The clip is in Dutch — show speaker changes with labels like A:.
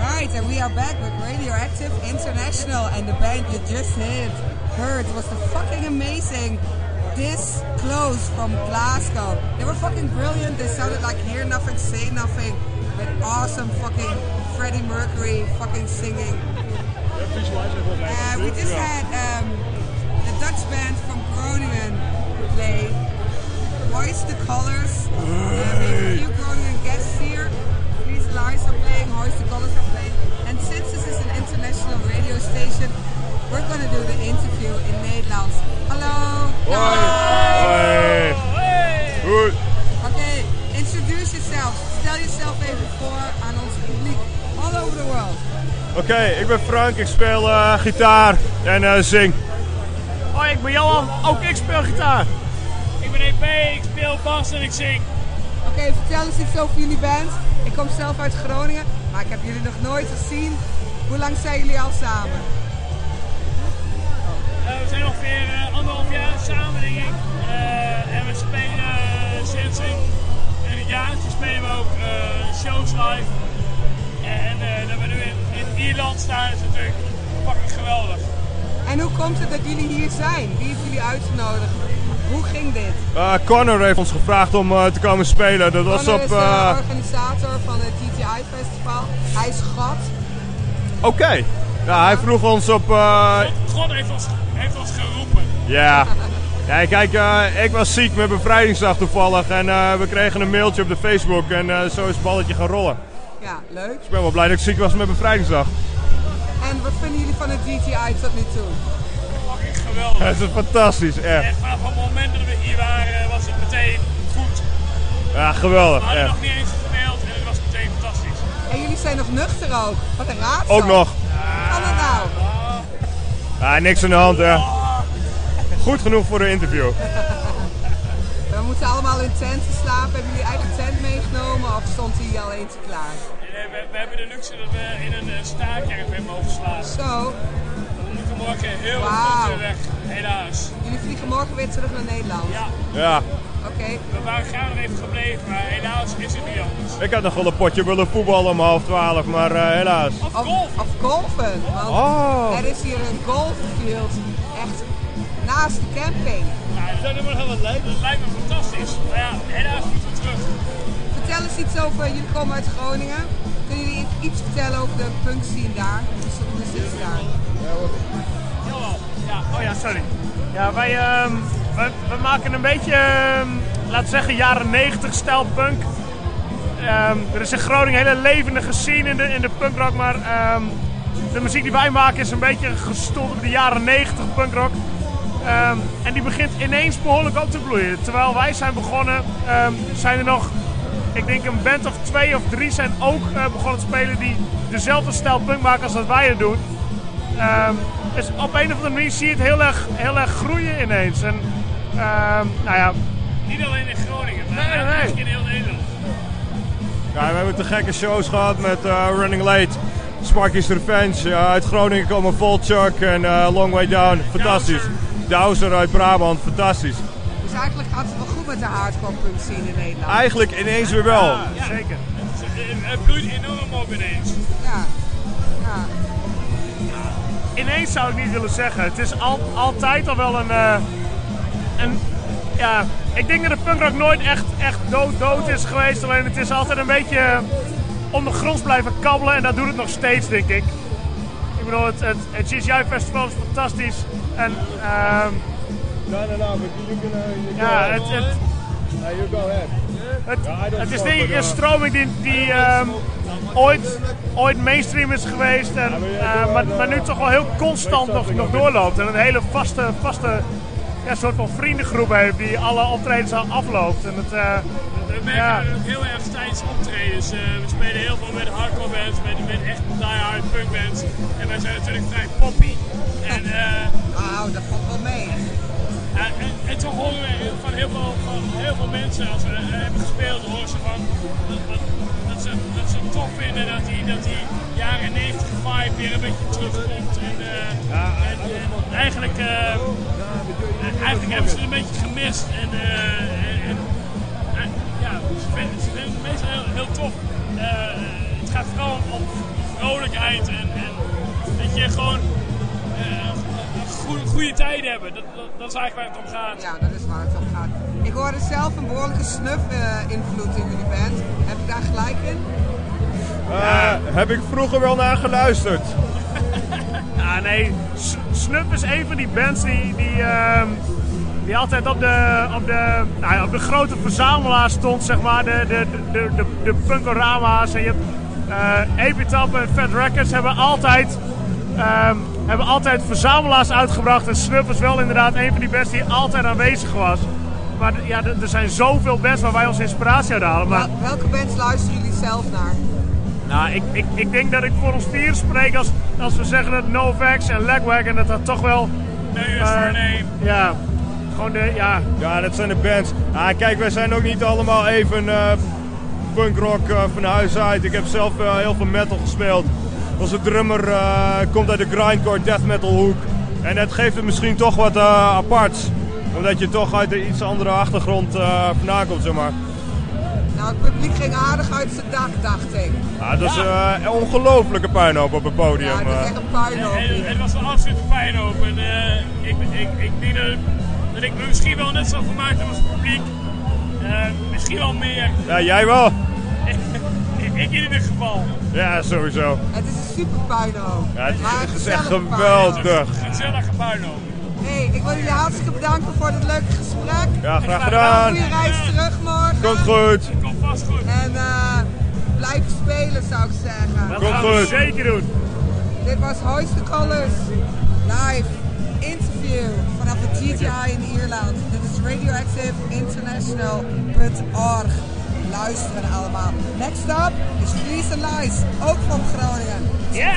A: right, and we are back with Radioactive International and the band you just hit, heard, was the fucking amazing This Close from Glasgow. They were fucking brilliant. They sounded like Hear Nothing, Say Nothing, but awesome fucking Freddie Mercury fucking singing. Uh, we just had um, the Dutch band from Groningen play Hoist the Colors. Uh, we have a few Groningen guests here. These lives are playing, Hoist the Colors are playing. And since this is an international radio station, we're going to do the interview in Nederlands. Hallo!
B: Hoi. Goed.
A: Oké, introduce yourself. Stel jezelf even voor aan ons publiek all over the world.
B: Oké, ik ben Frank, ik speel eh, gitaar en eh, zing. Hoi, ik ben Johan, ook ik speel gitaar.
C: Ik ben EP, ik speel bas en ik zing.
A: Oké, vertel eens iets over jullie band. Ik kom zelf uit Groningen, maar ik heb jullie nog nooit gezien. Hoe lang zijn jullie al samen?
C: Eh, we zijn ongeveer eh, anderhalf jaar samen, denk ik. Eh, en we spelen eh, sinds een, een jaartje spelen we ook eh, shows live. En eh, dat we nu in, in Ierland staan is natuurlijk fucking geweldig.
A: En hoe komt het dat jullie hier zijn? Wie heeft jullie uitgenodigd? Hoe ging dit?
B: Eh, Connor heeft ons gevraagd om eh, te komen spelen. Dat was
A: Connor
B: op.
A: is de
B: eh,
A: organisator van het GTI Festival. Hij is god. eh,
B: Oké. Ja, hij vroeg ons op. eh,
C: God, God heeft, ons, heeft ons geroepen.
B: Ja. Ja, kijk, eh, ik was ziek met bevrijdingsdag toevallig. En eh, we kregen een mailtje op de Facebook. En eh, zo is het balletje gaan rollen.
A: Ja, leuk.
B: Ik ben wel blij dat ik ziek was met bevrijdingsdag.
A: En wat vinden jullie van het GTI tot nu toe?
C: Fucking geweldig.
B: Het is fantastisch, echt.
C: En vanaf het moment dat we hier waren was het meteen goed.
B: Ja,
C: We
B: geweldig,
C: hadden
B: echt.
C: nog niet eens gemaild en het was meteen fantastisch.
A: En jullie zijn nog nuchter ook. Wat een raadsel.
B: Ook nog.
A: Wat kan dat nou?
B: Ah, niks aan de hand, hè.
C: Ah.
B: Goed genoeg voor een interview.
A: We moeten allemaal in tenten slapen. Hebben jullie eigen tent meegenomen of stond hier al eentje klaar?
C: Nee, Eh, we, we hebben de luxe dat we in een eh, staartcaravan mogen slapen.
A: Zo,
C: We moeten morgen heel
A: Wauw.
C: goed weer weg, helaas.
A: jullie vliegen morgen weer terug naar Nederland.
C: Ja,
B: Ja,
A: Oké.
C: we waren graag nog even gebleven, maar helaas is het niet anders.
B: ik had nog wel een potje willen voetballen om half twaalf, maar eh, helaas.
C: Of
A: Of,
C: golf!
A: of golfen. Want
B: Oh.
A: er is hier een golffield. Echt naast de camping.
C: Ja, dat, lijkt me, dat lijkt me fantastisch. Maar ja, helaas moeten we terug.
A: Vertel eens iets over, jullie komen uit Groningen. Kunnen jullie iets vertellen over de punk scene daar? Dus hoe is het daar?
C: Jawel. Ja,
D: Oh ja, sorry. Ja, wij, ehm, wij, wij maken een beetje, ehm, laten we zeggen, jaren 90 stijl punk. Ehm, er is in Groningen een hele levendige scene in de, in de punkrock, maar ehm, de muziek die wij maken is een beetje gestoeld op de jaren 90 punkrock. Ehm, en die begint ineens behoorlijk op te bloeien. Terwijl wij zijn begonnen, ehm, zijn er nog, ik denk een band of twee of drie zijn ook eh, begonnen te spelen die dezelfde stijl punk maken als dat wij het doen. Ehm, dus op een of andere manier zie je het heel erg, heel erg groeien ineens. En, ehm, nou ja,
C: niet alleen in Groningen, maar
D: Nee, nee.
C: eigenlijk in heel Nederland.
B: Ja, we hebben te gekke shows gehad met eh, Running Late, Sparky's Revenge. eh, uit Groningen komen Volchuk en eh, Long Way Down. Fantastisch. Douser uit Brabant, fantastisch.
A: Dus eigenlijk gaat het wel goed met de hardcore punk scene in Nederland.
B: Eigenlijk ineens weer wel.
C: Ja.
D: zeker.
C: Het, eh, het bloeit enorm op ineens.
A: Ja. ja.
D: Ineens zou ik niet willen zeggen. Het is al, altijd al wel een, eh, een... Ja, ik denk dat de punkrock nooit echt, echt dood, dood is geweest. Alleen het is altijd een beetje eh, ondergronds blijven kabbelen. En dat doet het nog steeds, denk ik. Ik bedoel, het, het, het GCI Festival is fantastisch. En ehm, ja, het, het, Het, het is denk ik een stroming die, die ehm, ooit, ooit mainstream is geweest, en, eh, maar, maar nu toch wel heel constant nog, nog doorloopt. En een hele vaste, vaste ja, soort van vriendengroep heeft die alle optredens al afloopt. En het, eh,
C: We merken
D: Ja.
C: het ook heel erg tijdens optredens. Eh, we spelen heel veel met hardcore bands, met, met echt die-hard punk bands. En wij zijn natuurlijk vrij poppy. En, eh,
A: Nou, dat valt wel mee.
C: en, en, en toch horen we van heel veel, van heel veel mensen, als we eh, hebben gespeeld, horen ze van dat, dat, dat ze, dat ze het tof vinden dat die, dat die jaren 90 vibe weer een beetje terugkomt. En, eh, en, en eigenlijk, eh, eigenlijk hebben ze het een beetje gemist. En, eh, en, en, eh, ja, ze vinden, ze vinden het meestal heel, heel tof. Eh, het gaat vooral om, om vrolijkheid tijd. En, en dat je gewoon eh, goede, goede tijden hebben. Dat, dat, dat is eigenlijk waar het om gaat.
A: Ja, dat is waar het om gaat. Ik hoorde zelf een behoorlijke snuf-invloed in jullie band. Heb ik daar gelijk in?
B: Eh, heb ik vroeger wel naar geluisterd.
D: Ja, ah, nee, S- Snuff is een van die bands die, die, ehm, die altijd op de, op, de, nou ja, op de grote verzamelaars stond, zeg maar. De, de, de, de, de punkorama's en je hebt eh Epitaph en Fat Records hebben altijd, ehm, hebben altijd verzamelaars uitgebracht. En Snuff is wel inderdaad een van die bands die altijd aanwezig was. Maar d- ja, d- er zijn zoveel bands waar wij ons inspiratie uit halen. Maar
A: Wel- welke bands luisteren jullie zelf naar?
D: nou, ik, ik, ik denk dat ik voor ons vier spreek als, als we zeggen dat Novax en Lagwagon dat dat toch wel...
C: Nee, is voor een
D: Eh,
C: name.
D: Ja, gewoon de, ja.
B: Ja, dat zijn de bands. Ah, kijk, wij zijn ook niet allemaal even eh, punkrock eh, van huis uit. Ik heb zelf eh, heel veel metal gespeeld. Onze drummer eh, komt uit de grindcore death metal hoek. En dat geeft het misschien toch wat eh, aparts. Omdat je toch uit een iets andere achtergrond eh vandaan komt, zeg maar.
A: Nou, het publiek ging aardig uit zijn dak, dacht ik.
B: Ah, dat is eh, een ongelofelijke puinhoop op het podium.
A: Ja, het
B: eh.
A: is echt een puinhoop
C: Het,
A: hier.
C: het was een absolute pijnhoop. En, eh, ik, ik, ik denk dat, dat ik me misschien wel net zo vermaakt heb als het publiek. Eh, misschien wel meer.
B: Ja, jij wel.
C: ik in ieder geval.
B: Ja, sowieso.
A: Het is een super puinhoop.
B: Ja, het is-
A: Maar een
B: het is echt
A: gezellige
B: geweldig.
A: puinhoop.
B: Dag.
C: Gezellige puinhoop.
A: Hey, ik wil jullie hartstikke bedanken voor dit leuke gesprek.
B: Ja, graag
A: Een
B: gedaan.
A: goede reis terug morgen.
B: Komt goed.
C: Het komt vast goed.
A: En eh, blijf spelen, zou ik zeggen.
D: Dat
B: Komt
D: gaan we
B: goed.
D: zeker doen.
A: Dit was Hoist the Colors. Live interview vanaf het GTI in Ierland. Dit is radioactiveinternational.org. Luisteren allemaal. Next up is Fries and Lies, ook van Groningen. Speel